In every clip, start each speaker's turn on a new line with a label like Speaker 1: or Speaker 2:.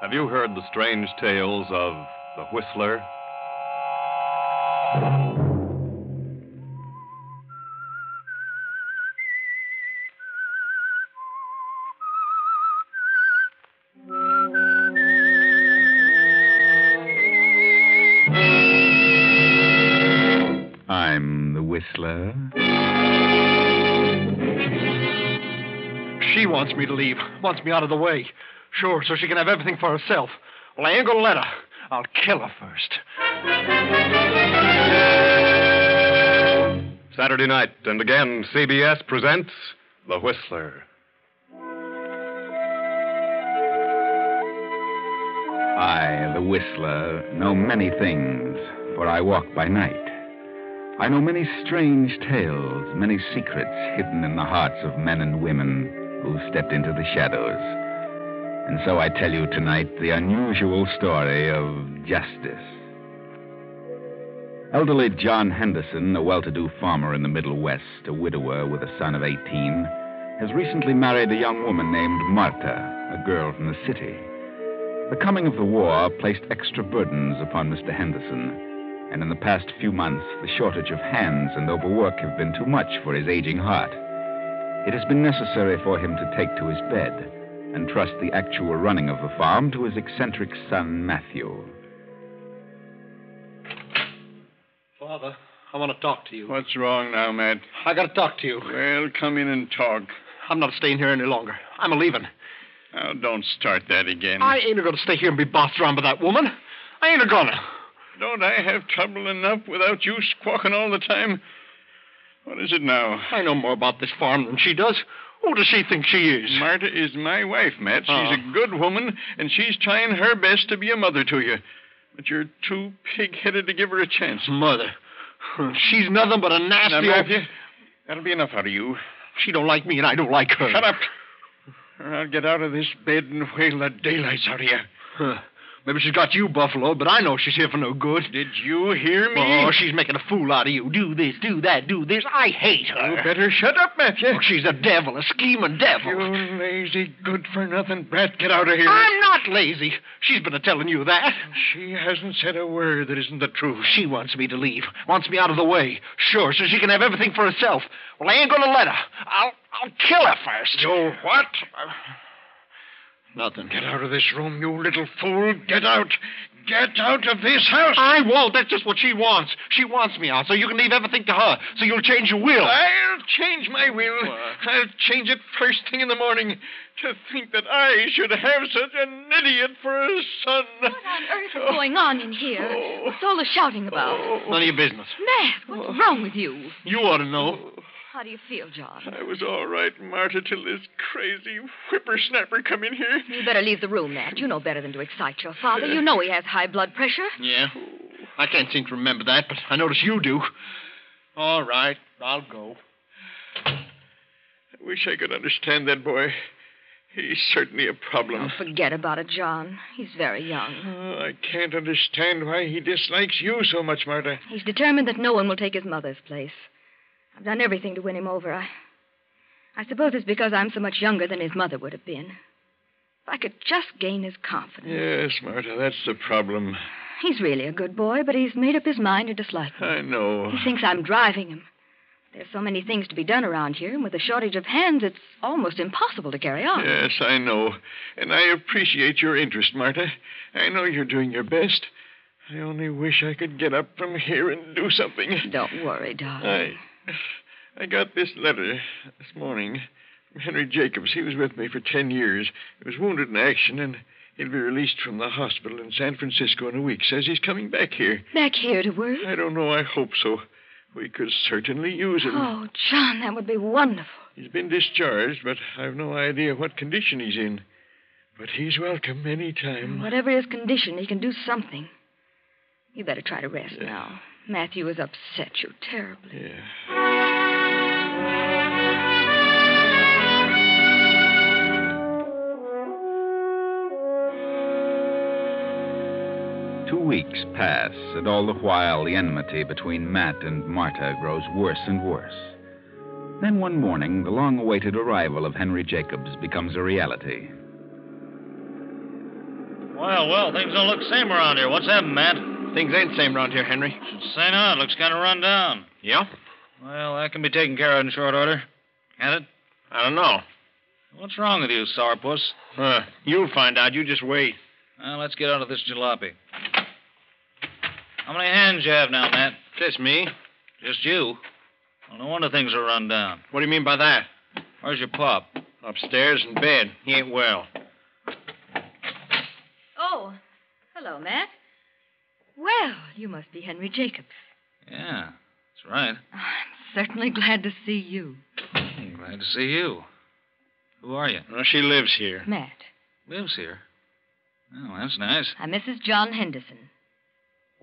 Speaker 1: Have you heard the strange tales of the Whistler?
Speaker 2: I'm the Whistler.
Speaker 3: She wants me to leave, wants me out of the way. Sure, so she can have everything for herself. Well, I ain't gonna let her. I'll kill her first.
Speaker 1: Saturday night, and again, CBS presents The Whistler.
Speaker 2: I, the Whistler, know many things, for I walk by night. I know many strange tales, many secrets hidden in the hearts of men and women who stepped into the shadows. And so I tell you tonight the unusual story of justice. Elderly John Henderson, a well to do farmer in the Middle West, a widower with a son of 18, has recently married a young woman named Marta, a girl from the city. The coming of the war placed extra burdens upon Mr. Henderson, and in the past few months, the shortage of hands and overwork have been too much for his aging heart. It has been necessary for him to take to his bed and trust the actual running of the farm to his eccentric son, Matthew.
Speaker 3: Father, I want to talk to you.
Speaker 4: What's wrong now, Matt?
Speaker 3: I gotta talk to you.
Speaker 4: Well, come in and talk.
Speaker 3: I'm not staying here any longer. I'm a leaving.
Speaker 4: Now, don't start that again.
Speaker 3: I ain't gonna stay here and be bossed around by that woman. I ain't gonna.
Speaker 4: Don't I have trouble enough without you squawking all the time? What is it now?
Speaker 3: I know more about this farm than she does. Who does she think she is?
Speaker 4: Marta is my wife, Matt. She's
Speaker 3: Ah.
Speaker 4: oh. a good woman, and she's trying her best to be a mother to you. But you're too pig headed to give her a chance.
Speaker 3: Mother. She's nothing but a nasty.
Speaker 4: Now, Matthew, that'll be enough out of you.
Speaker 3: She don't like me, and I don't like her.
Speaker 4: Shut up. Or I'll get out of this bed and whale the daylights out of you.
Speaker 3: Huh. Maybe she's got you, Buffalo, but I know she's here for no good.
Speaker 4: Did you hear me?
Speaker 3: Oh, she's making a fool out of you. Do this, do that, do this. I hate her.
Speaker 4: You better shut up, Matthew.
Speaker 3: Oh, she's a devil, a scheming devil.
Speaker 4: You lazy, good for nothing brat. Get out of here.
Speaker 3: I'm not lazy. She's been telling you that.
Speaker 4: She hasn't said a word that isn't the truth.
Speaker 3: She wants me to leave, wants me out of the way. Sure, so she can have everything for herself. Well, I ain't going to let her. I'll, I'll kill her first.
Speaker 4: You what?
Speaker 3: Nothing.
Speaker 4: Get out of this room, you little fool. Get out. Get out of this house.
Speaker 3: I won't. That's just what she wants. She wants me out, so you can leave everything to her. So you'll change your will.
Speaker 4: I'll change my will. What? I'll change it first thing in the morning. To think that I should have such an idiot for a son.
Speaker 5: What on earth is going on in here? Oh. What's all the shouting about?
Speaker 3: Oh. None of your business.
Speaker 5: Matt, what's oh. wrong with you?
Speaker 3: You ought to know.
Speaker 5: How do you feel, John?
Speaker 4: Oh, I was all right, Marta, till this crazy whippersnapper come in here.
Speaker 5: You better leave the room, Matt. You know better than to excite your father. You know he has high blood pressure.
Speaker 3: Yeah. I can't seem to remember that, but I notice you do. All right, I'll go.
Speaker 4: I wish I could understand that boy. He's certainly a problem.
Speaker 5: Oh, forget about it, John. He's very young.
Speaker 4: Oh, I can't understand why he dislikes you so much, Marta.
Speaker 5: He's determined that no one will take his mother's place. I've done everything to win him over. I, I suppose it's because I'm so much younger than his mother would have been. If I could just gain his confidence.
Speaker 4: Yes, Marta, that's the problem.
Speaker 5: He's really a good boy, but he's made up his mind to dislike me.
Speaker 4: I know.
Speaker 5: He thinks I'm driving him. There's so many things to be done around here, and with a shortage of hands, it's almost impossible to carry on.
Speaker 3: Yes, I know. And I appreciate your interest, Marta. I know you're doing your best. I only wish I could get up from here and do something.
Speaker 5: Don't worry, darling.
Speaker 3: I I got this letter this morning from Henry Jacobs. He was with me for ten years. He was wounded in action, and he'll be released from the hospital in San Francisco in a week. Says he's coming back here.
Speaker 5: Back here to work?
Speaker 3: I don't know. I hope so. We could certainly use him.
Speaker 5: Oh, John, that would be wonderful.
Speaker 3: He's been discharged, but I've no idea what condition he's in. But he's welcome any time.
Speaker 5: Whatever his condition, he can do something. You better try to rest now. Matthew has upset you terribly.
Speaker 3: Yeah.
Speaker 6: Two weeks pass, and all the while the enmity between Matt and Marta grows worse and worse. Then one morning, the long awaited arrival of Henry Jacobs becomes a reality.
Speaker 2: Well, well, things don't look same around here. What's happened, Matt?
Speaker 7: Things ain't same around here, Henry.
Speaker 2: Should say not. Looks kind of run down.
Speaker 7: Yeah?
Speaker 2: Well, that can be taken care of in short order. Can it?
Speaker 7: I don't know.
Speaker 2: What's wrong with you, sourpuss?
Speaker 7: Huh. You'll find out. You just wait.
Speaker 2: Well, let's get out of this jalopy. How many hands you have now, Matt?
Speaker 7: Just me.
Speaker 2: Just you. Well, no wonder things are run down.
Speaker 7: What do you mean by that?
Speaker 2: Where's your pop?
Speaker 7: Upstairs in bed. He ain't well.
Speaker 5: Oh, hello, Matt. Well, you must be Henry Jacobs.
Speaker 2: Yeah, that's right.
Speaker 5: Certainly glad to see you.
Speaker 2: I'm glad to see you. Who are you?
Speaker 7: Well, she lives here.
Speaker 5: Matt,
Speaker 2: Lives here. Oh, that's nice.
Speaker 5: I'm Mrs. John Henderson.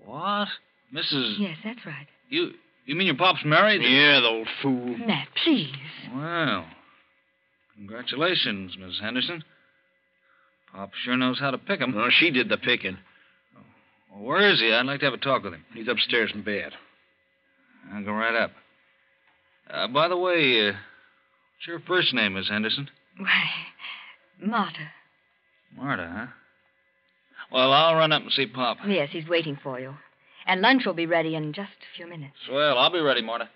Speaker 2: What? Mrs.
Speaker 5: Yes, that's right.
Speaker 2: You you mean your pop's married?
Speaker 7: Yeah, the old fool.
Speaker 5: Matt, please.
Speaker 2: Well, congratulations, Miss Henderson. Pop sure knows how to pick 'em.
Speaker 7: No, she did the picking.
Speaker 2: Well, where is he? I'd like to have a talk with him.
Speaker 7: He's upstairs in bed.
Speaker 2: I'll go right up. Uh, by the way, uh, what's your first name, Miss Henderson?
Speaker 5: Why, Marta.
Speaker 2: Marta, huh? Well, I'll run up and see Pop.
Speaker 5: Yes, he's waiting for you. And lunch will be ready in just a few minutes.
Speaker 2: Swell, I'll be ready, Marta.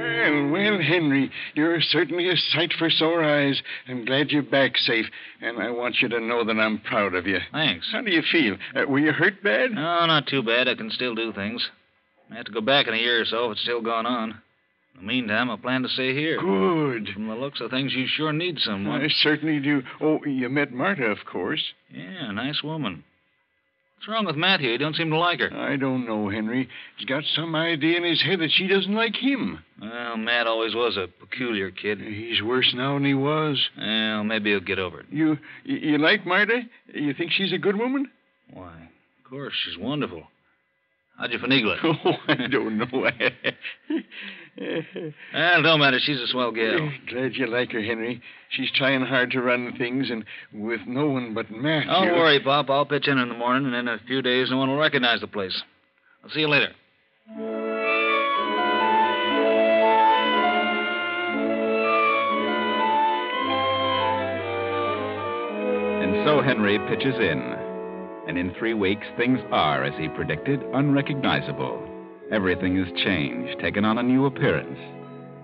Speaker 3: Well, well, Henry, you're certainly a sight for sore eyes. I'm glad you're back safe, and I want you to know that I'm proud of you.
Speaker 2: Thanks.
Speaker 3: How do you feel? Uh, were you hurt bad?
Speaker 2: No, not too bad. I can still do things. I have to go back in a year or so if it's still gone on. In the meantime, I plan to stay here.
Speaker 3: Good.
Speaker 2: From the looks of things, you sure need someone.
Speaker 3: I certainly do. Oh, you met Marta, of course.
Speaker 2: Yeah, nice woman. What's wrong with Matthew? He don't seem to like her.
Speaker 3: I don't know, Henry. He's got some idea in his head that she doesn't like him.
Speaker 2: Well, Matt always was a peculiar kid.
Speaker 3: He's worse now than he was.
Speaker 2: Well, maybe he'll get over it.
Speaker 3: You, you you like Marta? You think she's a good woman?
Speaker 2: Why, of course, she's wonderful. How'd you finagle it?
Speaker 3: Oh, I don't know.
Speaker 2: Well, don't matter. She's a swell gal.
Speaker 3: Glad you like her, Henry. She's trying hard to run things, and with no one but Matthew.
Speaker 2: Don't worry, Pop. I'll pitch in in the morning, and in a few days, no one will recognize the place. I'll see you later.
Speaker 6: And so Henry pitches in. And in three weeks, things are, as he predicted, unrecognizable. Everything has changed, taken on a new appearance.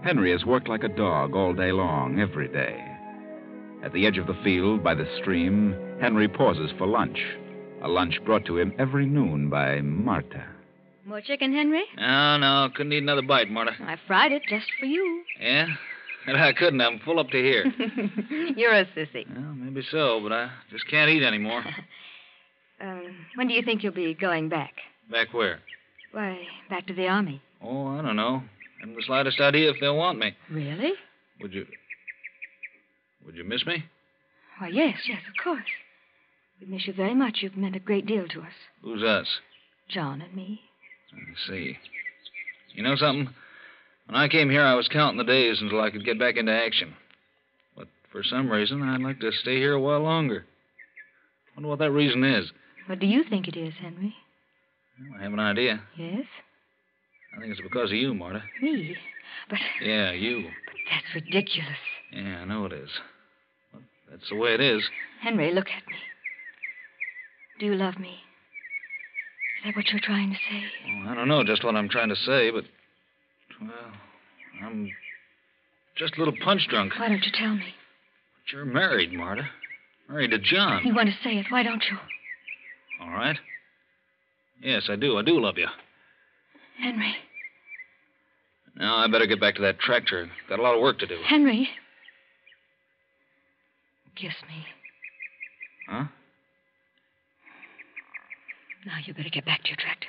Speaker 6: Henry has worked like a dog all day long, every day. At the edge of the field, by the stream, Henry pauses for lunch. A lunch brought to him every noon by Marta.
Speaker 5: More chicken, Henry?
Speaker 2: No, no, couldn't eat another bite, Marta.
Speaker 5: I fried it just for you.
Speaker 2: Yeah? And I couldn't. I'm full up to here.
Speaker 5: You're a sissy.
Speaker 2: well, maybe so, but I just can't eat anymore.
Speaker 5: Um, when do you think you'll be going back?
Speaker 2: Back where?
Speaker 5: Why, back to the army.
Speaker 2: Oh, I don't know. Haven't the slightest idea if they'll want me.
Speaker 5: Really?
Speaker 2: Would you. Would you miss me?
Speaker 5: Why, yes, yes, of course. We miss you very much. You've meant a great deal to us,
Speaker 2: Who's us?
Speaker 5: John and me.
Speaker 2: Let's see. You know something? When I came here, I was counting the days until I could get back into action. But for some reason, I'd like to stay here a while longer. Wonder what that reason is.
Speaker 5: What do you think it is, Henry?
Speaker 2: Well, I have an idea.
Speaker 5: Yes?
Speaker 2: I think it's because of you, Marta.
Speaker 5: Me? But,
Speaker 2: Yeah, you.
Speaker 5: but that's ridiculous.
Speaker 2: Yeah, I know it is. But that's the way it is.
Speaker 5: Henry, look at me. Do you love me? Is that what you're trying to say?
Speaker 8: Well, I don't know just what I'm trying to say, but. Well, I'm just a little punch drunk.
Speaker 5: Why don't you tell me?
Speaker 8: But you're married, Marta. Married to
Speaker 5: You
Speaker 8: John.
Speaker 5: want to say it. Why don't you?
Speaker 8: All right. Yes, I do. I do love you.
Speaker 5: Henry.
Speaker 8: Now, I better get back to that tractor. Got a lot of work to do.
Speaker 5: Henry. Kiss me.
Speaker 8: Huh?
Speaker 5: Now you better get back to your tractor.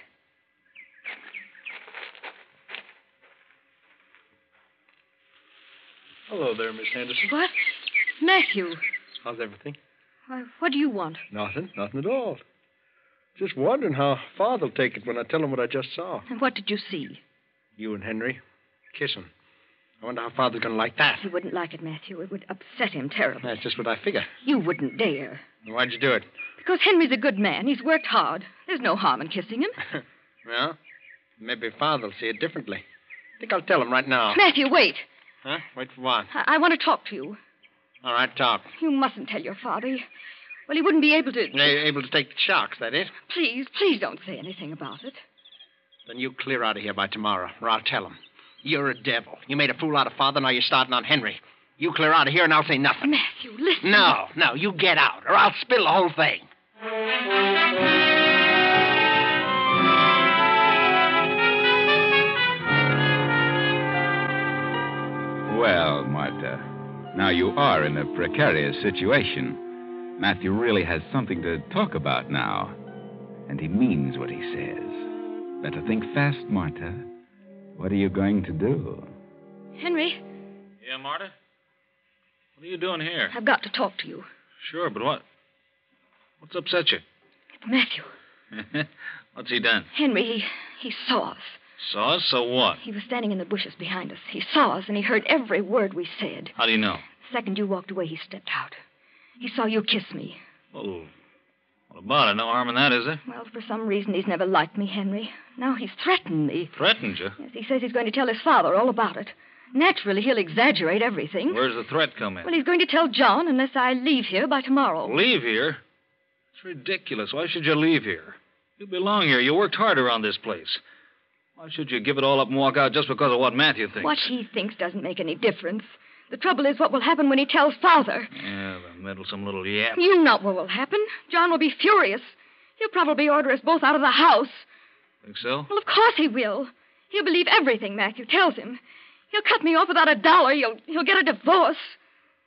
Speaker 3: Hello there, Miss Henderson.
Speaker 5: What? Matthew.
Speaker 3: How's everything?
Speaker 5: Why, What do you want?
Speaker 3: Nothing, nothing at all. Just wondering how Father'll take it when I tell him what I just saw.
Speaker 5: And what did you see?
Speaker 3: You and Henry kissing. I wonder how Father's going to like that.
Speaker 5: He wouldn't like it, Matthew. It would upset him terribly.
Speaker 3: That's just what I figure.
Speaker 5: You wouldn't dare.
Speaker 3: Why'd you do it?
Speaker 5: Because Henry's a good man. He's worked hard. There's no harm in kissing him.
Speaker 3: Well, maybe Father'll see it differently. I think I'll tell him right now.
Speaker 5: Matthew, wait.
Speaker 3: Huh? Wait for what?
Speaker 5: I, I want to talk to you.
Speaker 3: All right, talk.
Speaker 5: You mustn't tell your father. He- Well, he wouldn't be able to.
Speaker 3: They're able to take the shocks, that is?
Speaker 5: Please, please don't say anything about it.
Speaker 3: Then you clear out of here by tomorrow, or I'll tell him. You're a devil. You made a fool out of Father, now you're starting on Henry. You clear out of here, and I'll say nothing.
Speaker 5: Matthew, listen.
Speaker 3: No, no, you get out, or I'll spill the whole thing.
Speaker 2: Well, Marta, now you are in a precarious situation. Matthew really has something to talk about now, and he means what he says. Better think fast, Marta. What are you going to do?
Speaker 5: Henry,
Speaker 8: Yeah, Marta? What are you doing here?
Speaker 5: I've got to talk to you.
Speaker 8: Sure, but what? What's upset you?
Speaker 5: It's Matthew.
Speaker 8: What's he done?
Speaker 5: Henry, he, he saw us.
Speaker 8: Saw us, so what?
Speaker 5: He was standing in the bushes behind us. He saw us and he heard every word we said.
Speaker 8: How do you know?
Speaker 5: The second you walked away, he stepped out. He saw you kiss me.
Speaker 8: Well, what about it? No harm in that, is there?
Speaker 5: Well, for some reason, he's never liked me, Henry. Now he's threatened me.
Speaker 8: Threatened you?
Speaker 5: Yes, he says he's going to tell his father all about it. Naturally, he'll exaggerate everything.
Speaker 8: Where's the threat come in?
Speaker 5: Well, he's going to tell John unless I leave here by tomorrow.
Speaker 8: Leave here? It's ridiculous. Why should you leave here? You belong here. You worked hard around this place. Why should you give it all up and walk out just because of what Matthew thinks?
Speaker 5: What he thinks doesn't make any difference. The trouble is what will happen when he tells father.
Speaker 8: Yeah, the meddlesome little yap.
Speaker 5: You know what will happen. John will be furious. He'll probably order us both out of the house.
Speaker 8: Think so?
Speaker 5: Well, of course he will. He'll believe everything Matthew tells him. He'll cut me off without a dollar. He'll, he'll get a divorce.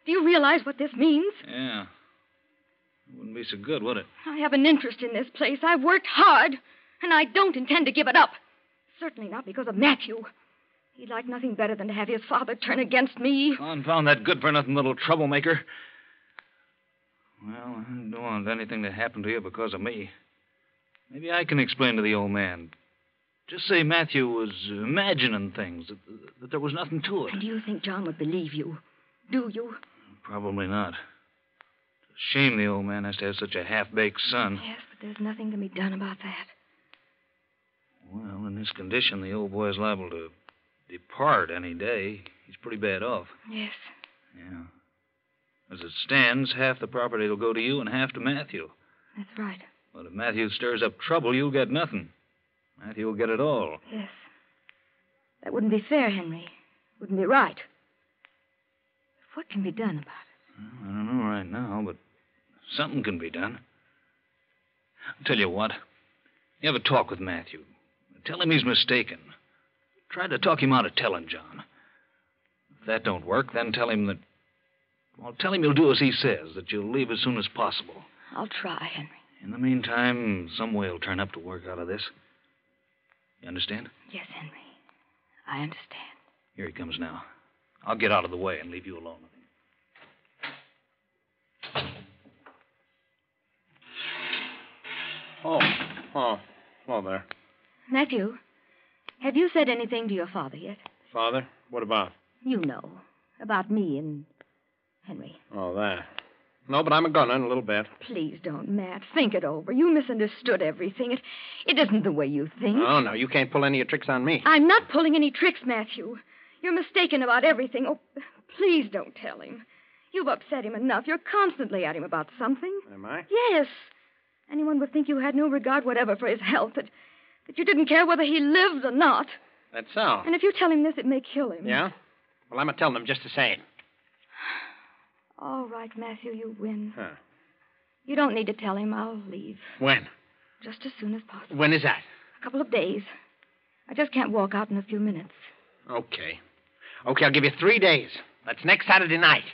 Speaker 5: Do you realize what this means?
Speaker 8: Yeah. It wouldn't be so good, would it?
Speaker 5: I have an interest in this place. I've worked hard, and I don't intend to give it up. Certainly not because of Matthew. He'd like nothing better than to have his father turn against me.
Speaker 8: Confound that good for nothing little troublemaker. Well, I don't want anything to happen to you because of me. Maybe I can explain to the old man. Just say Matthew was imagining things, that, that there was nothing to it.
Speaker 5: And do you think John would believe you? Do you?
Speaker 8: Probably not. It's a shame the old man has to have such a half baked son.
Speaker 5: Yes, but there's nothing can be done about that.
Speaker 8: Well, in his condition, the old boy's liable to depart any day. He's pretty bad off.
Speaker 5: Yes.
Speaker 8: Yeah. As it stands, half the property will go to you and half to Matthew.
Speaker 5: That's right.
Speaker 8: But if Matthew stirs up trouble, you'll get nothing. Matthew will get it all.
Speaker 5: Yes. That wouldn't be fair, Henry. Wouldn't be right. What can be done about it?
Speaker 8: Well, I don't know right now, but something can be done. I'll tell you what. You have a talk with Matthew. Tell him he's mistaken. Try to talk him out of telling John. If that don't work, then tell him that. Well, tell him you'll do as he says, that you'll leave as soon as possible.
Speaker 5: I'll try, Henry.
Speaker 8: In the meantime, some way will turn up to work out of this. You understand?
Speaker 5: Yes, Henry. I understand.
Speaker 8: Here he comes now. I'll get out of the way and leave you alone.
Speaker 3: Oh, oh, well there.
Speaker 5: Matthew, have you said anything to your father yet?
Speaker 3: Father, what about?
Speaker 5: You know. About me and Henry.
Speaker 3: Oh, that. No, but I'm a gunner in a little bit.
Speaker 5: Please don't, Matt. Think it over. You misunderstood everything. It, it isn't the way you think.
Speaker 3: Oh, no, you can't pull any of your tricks on me.
Speaker 5: I'm not pulling any tricks, Matthew. You're mistaken about everything. Oh, please don't tell him. You've upset him enough. You're constantly at him about something.
Speaker 3: Am I?
Speaker 5: Yes. Anyone would think you had no regard whatever for his health, that, that you didn't care whether he lived or not.
Speaker 3: That's so.
Speaker 5: And if you tell him this, it may kill him.
Speaker 3: Yeah? Well, I'm a telling them just the same.
Speaker 5: All right, Matthew, you win.
Speaker 3: Huh.
Speaker 5: You don't need to tell him. I'll leave
Speaker 3: When?
Speaker 5: just as soon as possible.
Speaker 3: When is that?
Speaker 5: A couple of days. I just can't walk out in a few minutes.
Speaker 3: Okay. Okay, I'll give you three days. That's next Saturday night.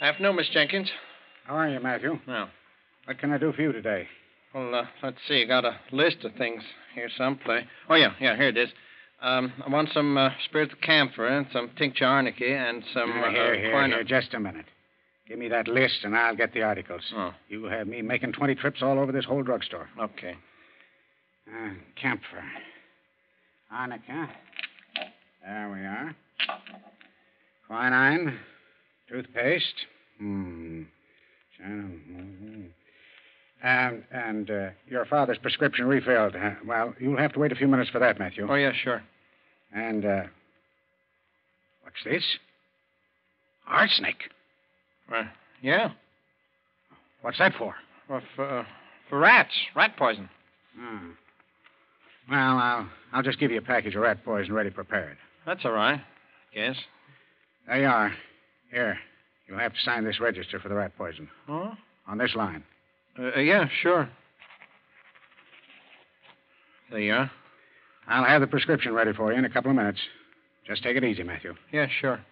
Speaker 3: Afternoon, Miss Jenkins.
Speaker 9: How are you, Matthew?
Speaker 3: Well,
Speaker 9: What can I do for you today?
Speaker 3: well, uh, let's see. Got a list of things here someplace. Oh yeah, yeah. Here it is. Um, I want some uh, spirits of camphor and some tincture arnica and some
Speaker 9: Now,
Speaker 3: uh,
Speaker 9: Ah, here, here,
Speaker 3: quinine.
Speaker 9: here, just a minute. Give me that list, and I'll get the articles.
Speaker 3: Oh.
Speaker 9: You have me making 20 trips all over this whole drugstore.
Speaker 3: Okay.
Speaker 9: Uh, camphor. Arnica. There we are. Quinine. Toothpaste. Hmm. Um, And, and uh, your father's prescription refilled. Uh, well, you'll have to wait a few minutes for that, Matthew.
Speaker 3: Oh, yeah, sure.
Speaker 9: And, uh, what's this? Arsenic.
Speaker 3: Uh, yeah.
Speaker 9: What's that for?
Speaker 3: Well, for, uh, for rats. Rat poison.
Speaker 9: Hmm. Well, I'll, I'll just give you a package of rat poison ready prepared.
Speaker 3: That's all right. Yes.
Speaker 9: There you are. Here. You'll have to sign this register for the rat poison.
Speaker 3: Huh?
Speaker 9: On this line.
Speaker 3: Uh, yeah, sure. There you are.
Speaker 9: I'll have the prescription ready for you in a couple of minutes. Just take it easy, Matthew.
Speaker 3: Yeah, sure.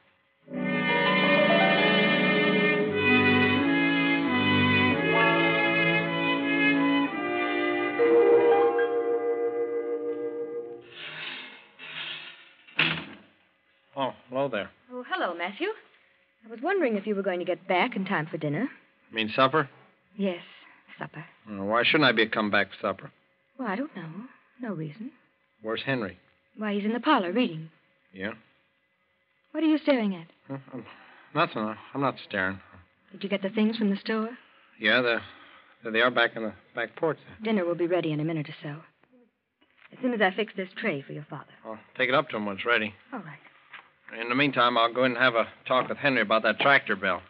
Speaker 3: Oh, hello there.
Speaker 5: Oh, hello, Matthew. I was wondering if you were going to get back in time for dinner.
Speaker 3: You mean supper?
Speaker 5: Yes, supper.
Speaker 3: Uh, Why shouldn't I be come back for supper?
Speaker 5: Well, I don't know. No reason.
Speaker 3: Where's Henry?
Speaker 5: Why, he's in the parlor reading.
Speaker 3: Yeah?
Speaker 5: What are you staring at?
Speaker 3: Huh? Um, nothing. I- I'm not staring.
Speaker 5: Did you get the things from the store?
Speaker 3: Yeah, they're, there they are back in the back porch. there.
Speaker 5: Dinner will be ready in a minute or so. As soon as I fix this tray for your father.
Speaker 3: I'll take it up to him when it's ready.
Speaker 5: All right.
Speaker 3: In the meantime, I'll go in and have a talk with Henry about that tractor bill.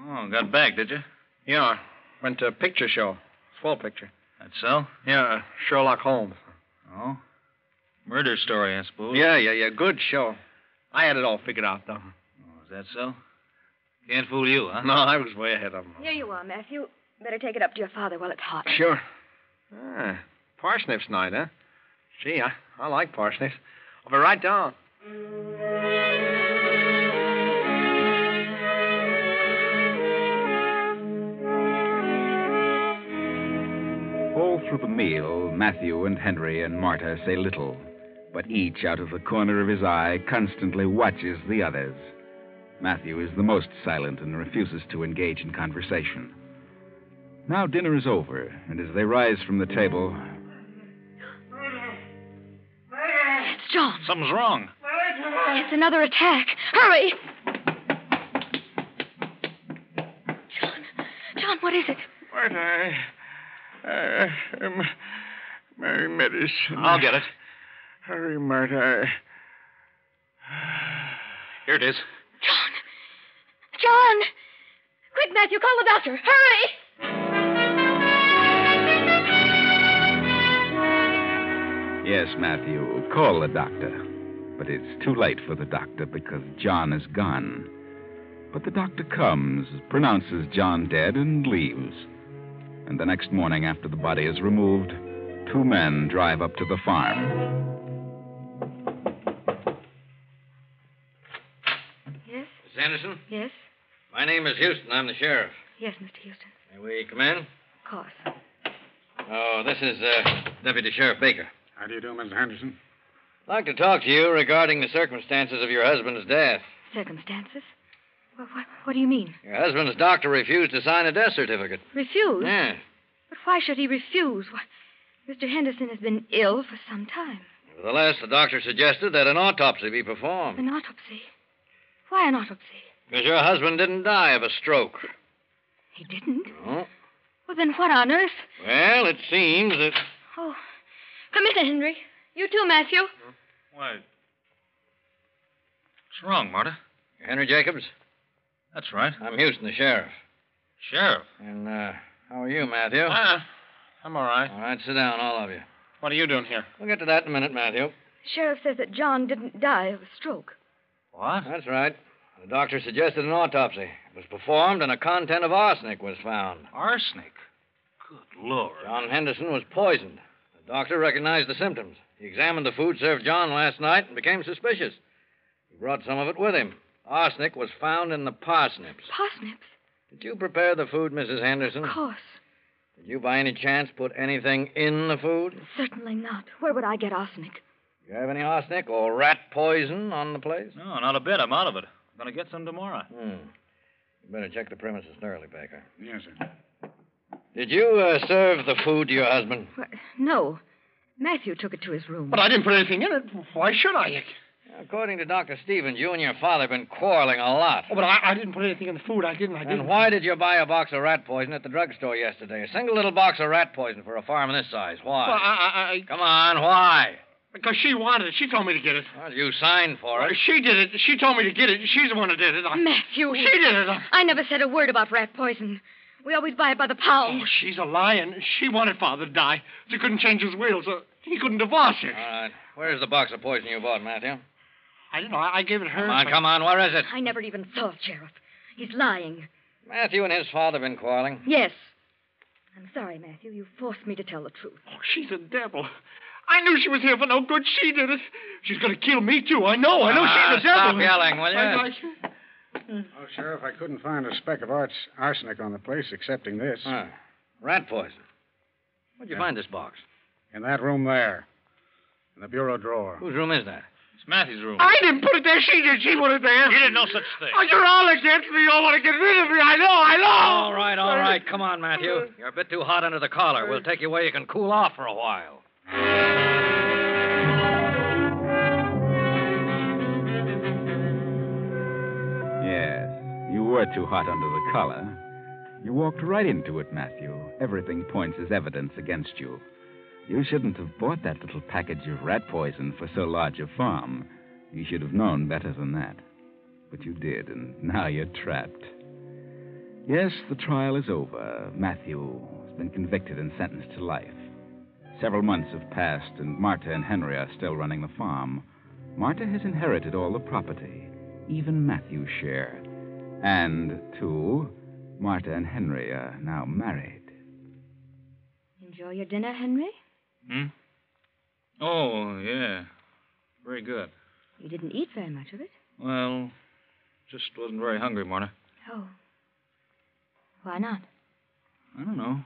Speaker 8: Oh, got back, did you?
Speaker 3: Yeah, went to a picture show. Swell picture.
Speaker 8: That's so?
Speaker 3: Yeah, Sherlock Holmes.
Speaker 8: Oh. Murder story, I suppose.
Speaker 3: Yeah, yeah, yeah. Good show. I had it all figured out, though.
Speaker 8: Oh, is that so? Can't fool you, huh?
Speaker 3: No, I was way ahead of him.
Speaker 5: Here you are, Matthew. Better take it up to your father while it's hot.
Speaker 3: Sure. Ah, parsnips night, huh? Gee, I, I like parsnips. I'll be right down.
Speaker 2: All through the meal, Matthew and Henry and Marta say little, but each out of the corner of his eye constantly watches the others. Matthew is the most silent and refuses to engage in conversation. Now dinner is over, and as they rise from the table,
Speaker 5: It's John.
Speaker 8: Something's wrong.
Speaker 5: It's another attack. Hurry! John. John, what is it?
Speaker 10: What I. I am. Mary Medicine.
Speaker 8: I'll get it.
Speaker 10: Hurry, Marta.
Speaker 8: Here it is.
Speaker 5: John. John! Quick, Matthew, call the doctor. Hurry!
Speaker 2: yes, Matthew, call the doctor. But it's too late for the doctor because John is gone. But the doctor comes, pronounces John dead, and leaves. And the next morning, after the body is removed, two men drive up to the farm.
Speaker 5: Yes,
Speaker 8: Miss Anderson,
Speaker 5: yes,
Speaker 8: my name is Houston. I'm the sheriff.
Speaker 5: yes, Mr. Houston.
Speaker 8: May we come in?
Speaker 5: Of course.
Speaker 8: Oh, this is uh, Deputy Sheriff Baker.
Speaker 9: How do you do, Mrs. Henderson?
Speaker 8: I'd like to talk to you regarding the circumstances of your husband's death.
Speaker 5: Circumstances? Well, what, what do you mean?
Speaker 8: Your husband's doctor refused to sign a death certificate.
Speaker 5: Refuse?
Speaker 8: Yeah.
Speaker 5: But why should he refuse? Why, Mr. Henderson has been ill for some time.
Speaker 8: Nevertheless, the doctor suggested that an autopsy be performed.
Speaker 5: An autopsy. Why an autopsy?
Speaker 11: Because your husband didn't die of a stroke.
Speaker 5: He didn't.
Speaker 11: Oh.
Speaker 5: Well, then what on earth?
Speaker 11: Well, it seems that.
Speaker 5: Oh. Come in, Henry. You too, Matthew.
Speaker 8: Why? What's wrong, Marta?
Speaker 11: Henry Jacobs?
Speaker 8: That's right.
Speaker 11: I'm Houston, the sheriff.
Speaker 8: Sheriff?
Speaker 11: And, uh, how are you, Matthew?
Speaker 3: Ah, I'm all right.
Speaker 11: All right, sit down, all of you.
Speaker 3: What are you doing here?
Speaker 11: We'll get to that in a minute, Matthew.
Speaker 5: Sheriff says that John didn't die of a stroke.
Speaker 11: What? That's right. The doctor suggested an autopsy. It was performed, and a content of arsenic was found.
Speaker 8: Arsenic? Good Lord.
Speaker 11: John Henderson was poisoned. The doctor recognized the symptoms. He examined the food served John last night and became suspicious. He brought some of it with him. Arsenic was found in the parsnips.
Speaker 5: Parsnips?
Speaker 11: Did you prepare the food, Mrs. Henderson?
Speaker 5: Of course.
Speaker 11: Did you, by any chance, put anything in the food?
Speaker 5: Certainly not. Where would I get arsenic?
Speaker 11: Do you have any arsenic or rat poison on the place?
Speaker 8: No, not a bit. I'm out of it. I'm going to get some tomorrow.
Speaker 11: Hmm. You better check the premises thoroughly, Baker.
Speaker 9: Yes, sir.
Speaker 11: Did you uh, serve the food to your husband?
Speaker 5: No. Matthew took it to his room.
Speaker 3: But I didn't put anything in it. Why should I?
Speaker 11: According to Dr. Stevens, you and your father have been quarreling a lot.
Speaker 3: Oh, but I, I didn't put anything in the food. I didn't. I didn't.
Speaker 11: Then why did you buy a box of rat poison at the drugstore yesterday? A single little box of rat poison for a farm this size. Why?
Speaker 3: Well, I, I, I...
Speaker 11: Come on, why?
Speaker 3: Because she wanted it. She told me to get it.
Speaker 11: Well, you signed for it.
Speaker 3: She did it. She told me to get it. She's the one who did it. I...
Speaker 5: Matthew.
Speaker 3: She did it. I...
Speaker 5: I never said a word about rat poison. We always buy it by the pound.
Speaker 3: Oh, she's a lion. She wanted father to die. She couldn't change his will, so he couldn't divorce her.
Speaker 11: All right. Where's the box of poison you bought, Matthew?
Speaker 3: I don't know. I, I gave it her.
Speaker 11: Come on,
Speaker 3: but-
Speaker 11: come on. Where is it?
Speaker 5: I never even saw it, Sheriff. He's lying.
Speaker 11: Matthew and his father been quarreling.
Speaker 5: Yes. I'm sorry, Matthew. You forced me to tell the truth.
Speaker 3: Oh, she's a devil. I knew she was here for no good. She did it. She's going to kill me, too. I know. Oh, I know
Speaker 11: Ah,
Speaker 3: she's a devil.
Speaker 11: stop yelling, will you?
Speaker 3: I- I-
Speaker 9: Oh, Sheriff, I couldn't find a speck of arts, arsenic on the place, excepting this.
Speaker 11: Huh. Rat poison. Where'd you
Speaker 9: Yeah.
Speaker 11: find this box?
Speaker 9: In that room there, in the bureau drawer.
Speaker 11: Whose room is that?
Speaker 8: It's Matthew's room.
Speaker 3: I didn't put it there. She did. She put it there.
Speaker 8: You did no such thing.
Speaker 3: Oh, you're all against me. You all want to get rid of me. I know. I know.
Speaker 11: All right, all right. Come on, Matthew. You're a bit too hot under the collar. We'll take you where you can cool off for a while.
Speaker 2: Yes, you were too hot under the collar. You walked right into it, Matthew. Everything points as evidence against you. You shouldn't have bought that little package of rat poison for so large a farm. You should have known better than that. But you did, and now you're trapped. Yes, the trial is over. Matthew has been convicted and sentenced to life. Several months have passed, and Marta and Henry are still running the farm. Marta has inherited all the property even Matthew's share. And, two, Marta and Henry are now married.
Speaker 5: Enjoy your dinner, Henry.
Speaker 8: Hmm? Oh, yeah. Very good.
Speaker 5: You didn't eat very much of it.
Speaker 8: Well, just wasn't very hungry, Marta.
Speaker 5: Oh. Why not?
Speaker 8: I don't know.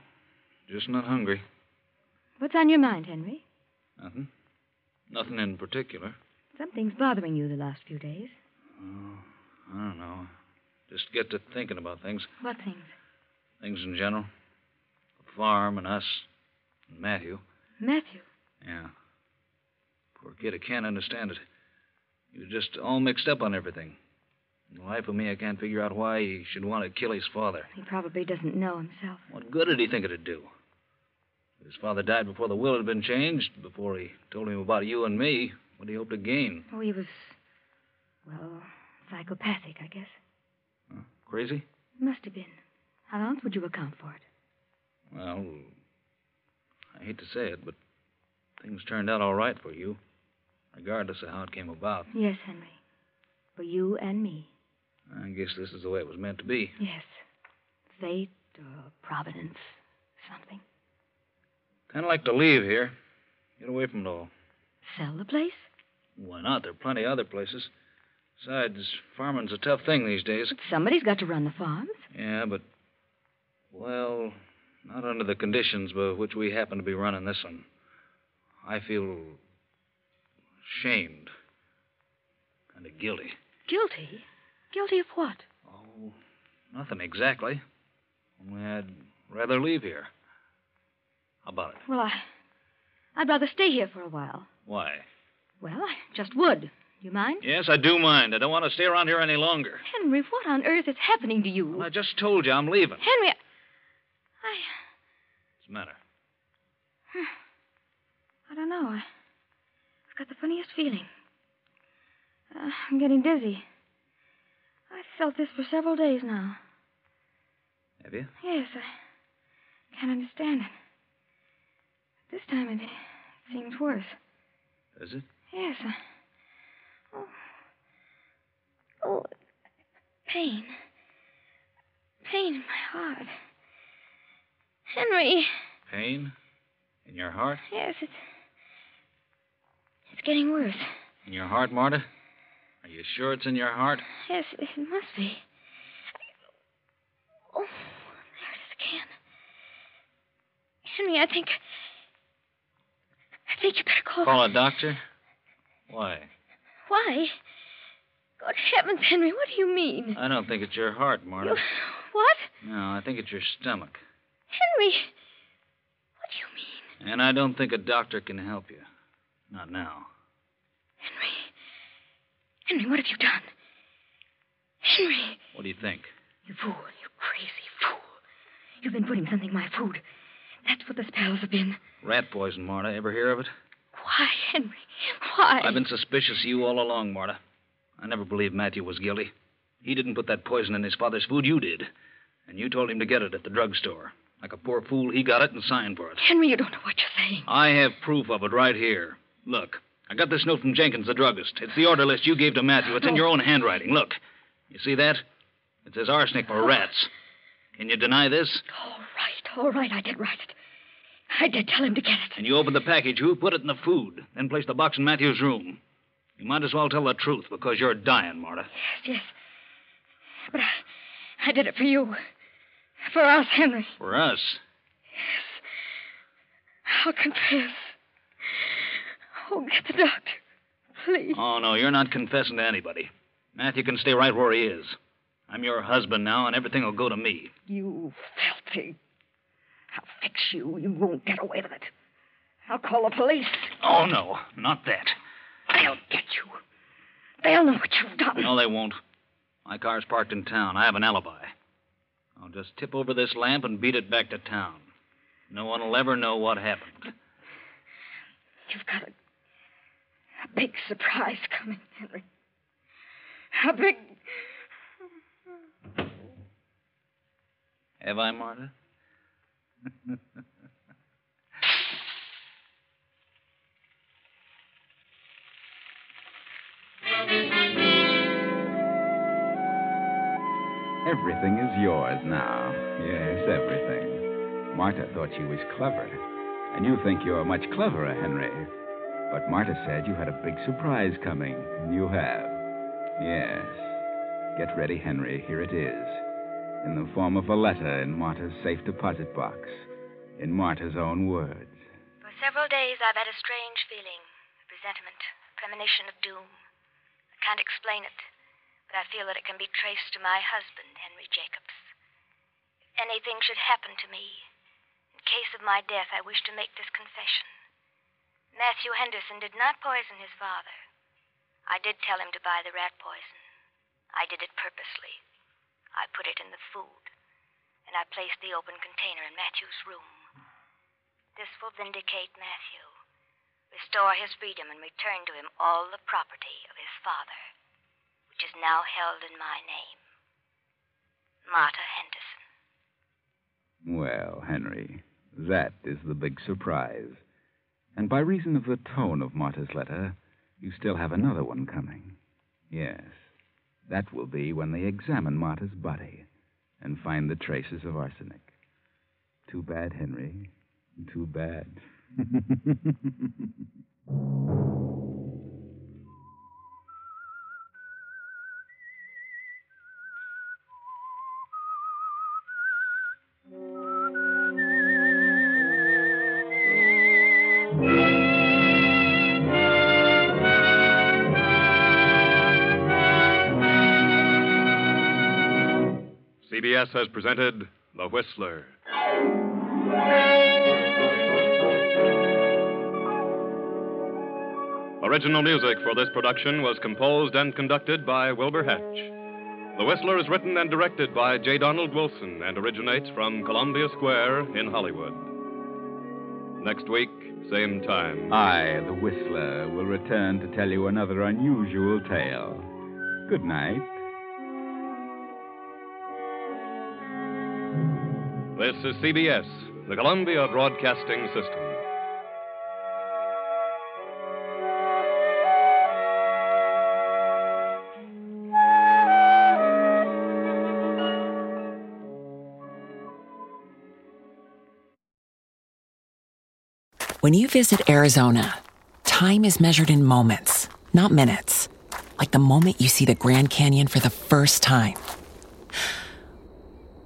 Speaker 8: Just not hungry.
Speaker 5: What's on your mind, Henry?
Speaker 8: Nothing. Nothing in particular.
Speaker 5: Something's bothering you the last few days.
Speaker 8: Oh, I don't know. Just get to thinking about things.
Speaker 5: What things?
Speaker 8: Things in general. The farm and us and Matthew.
Speaker 5: Matthew.
Speaker 8: Yeah. Poor kid, I can't understand it. He was just all mixed up on everything. In the life of me, I can't figure out why he should want to kill his father.
Speaker 5: He probably doesn't know himself.
Speaker 8: What good did he think it'd do? If his father died before the will had been changed, before he told him about you and me, what did he hope to gain?
Speaker 5: Oh, he was, well, psychopathic, I guess.
Speaker 8: Crazy?
Speaker 5: Must have been. How else would you account for it?
Speaker 8: Well, I hate to say it, but things turned out all right for you, regardless of how it came about.
Speaker 5: Yes, Henry. For you and me.
Speaker 8: I guess this is the way it was meant to be.
Speaker 5: Yes. Fate or providence. Something.
Speaker 8: Kind of like to leave here, get away from it all.
Speaker 5: Sell the place?
Speaker 8: Why not? There are plenty of other places. Besides, farming's a tough thing these days.
Speaker 5: Somebody's got to run the farms.
Speaker 8: Yeah, but. Well, not under the conditions by which we happen to be running this one. I feel. shamed. Kind of guilty.
Speaker 5: Guilty? Guilty of what?
Speaker 8: Oh, nothing exactly. Only I'd rather leave here. How about it?
Speaker 5: Well, I. I'd rather stay here for a while.
Speaker 8: Why?
Speaker 5: Well, I just would. You mind?
Speaker 8: Yes, I do mind. I don't want to stay around here any longer.
Speaker 5: Henry, what on earth is happening to you?
Speaker 8: Well, I just told you I'm leaving. What's
Speaker 5: Henry, I.
Speaker 8: the matter?
Speaker 5: Hmm. I don't know. I- I've got the funniest feeling. Uh, I'm getting dizzy. I've felt this for several days now.
Speaker 8: Have you?
Speaker 5: Yes, I can't understand it. This time it seems worse.
Speaker 8: Is it?
Speaker 5: Yes. I... Oh. Oh. Pain. Pain in my heart. Henry.
Speaker 8: Pain? In your heart?
Speaker 5: Yes, it's. It's getting worse.
Speaker 8: In your heart, Marta? Are you sure it's in your heart?
Speaker 5: Yes, it must be. Oh, there it is again. Henry, I think. I think you better call.
Speaker 8: Call a doctor? Why?
Speaker 5: Why? Good heavens, Henry, what do you mean?
Speaker 8: I don't think it's your heart, Marta.
Speaker 5: What?
Speaker 8: No, I think it's your stomach.
Speaker 5: Henry!
Speaker 8: And I don't think a doctor can help you. Not now.
Speaker 5: Henry, what have you done? Henry!
Speaker 8: What do you think?
Speaker 5: You fool, you crazy fool. You've been putting something in my food. That's what the spells have been.
Speaker 8: Rat poison, Marta. Ever hear of it?
Speaker 5: Why, Henry? Why?
Speaker 8: I've been suspicious of you all along, Marta. I never believed Matthew was guilty. He didn't put that poison in his father's food. You did. And you told him to get it at the drugstore. Like a poor fool, he got it and signed for it.
Speaker 5: Henry, you don't know what you're saying.
Speaker 8: I have proof of it right here. Look, I got this note from Jenkins, the druggist. It's the order list you gave to Matthew. It's in your own handwriting. Look. You see that? It says arsenic for rats. Can you deny this?
Speaker 5: Right, all right, I did write it. I did tell him to get it.
Speaker 8: And you opened the package. Who put it in the food? Then placed the box in Matthew's room. You might as well tell the truth because you're dying, Marta.
Speaker 5: Yes, yes. But I, I did it for you. For us, Henry.
Speaker 8: For us.
Speaker 5: I'll confess. Oh, get the doctor. Please.
Speaker 8: Oh, no, you're not confessing to anybody. Matthew can stay right where he is. I'm your husband now, and everything will go to me.
Speaker 5: You filthy. I'll fix you. You won't get away with it. I'll call the police.
Speaker 8: Oh, no, not that.
Speaker 5: They'll get you. They'll know what you've done.
Speaker 8: No, they won't. My car's parked in town. I have an alibi. I'll just tip over this lamp and beat it back to town. No one will ever know what happened.
Speaker 5: You've got a, a big surprise coming, Henry. A big.
Speaker 8: Have I, Marta?
Speaker 2: Everything is yours now. Yes, everything. Marta thought she was clever. And you think you're much cleverer, Henry. But Marta said you had a big surprise coming. and You have. Yes. Get ready, Henry. Here it is. In the form of a letter in Marta's safe deposit box. In Marta's own words.
Speaker 12: For several days, I've had a strange feeling a presentiment, a premonition of doom. I can't explain it, but I feel that it can be traced to my husband, Henry Jacobs. If anything should happen to me, in case of my death, I wish to make this confession. Matthew Henderson did not poison his father. I did tell him to buy the rat poison. I did it purposely. I put it in the food, and I placed the open container in Matthew's room. This will vindicate Matthew, restore his freedom, and return to him all the property of his father, which is now held in my name. Marta Henderson.
Speaker 2: Well, Henry, that is the big surprise. And by reason of the tone of Marta's letter, you still have another one coming. Yes, that will be when they examine Marta's body and find the traces of arsenic. Too bad, Henry. Too bad.
Speaker 4: CBS has presented The Whistler. Original music for this production was composed and conducted by Wilbur Hatch. The Whistler is written and directed by J. Donald Wilson and originates from Columbia Square in Hollywood. Next week, same time.
Speaker 2: I, the Whistler, will return to tell you another unusual tale. Good night.
Speaker 4: This is CBS, the Columbia Broadcasting System.
Speaker 13: When you visit Arizona, time is measured in moments, not minutes. Like the moment you see the Grand Canyon for the first time.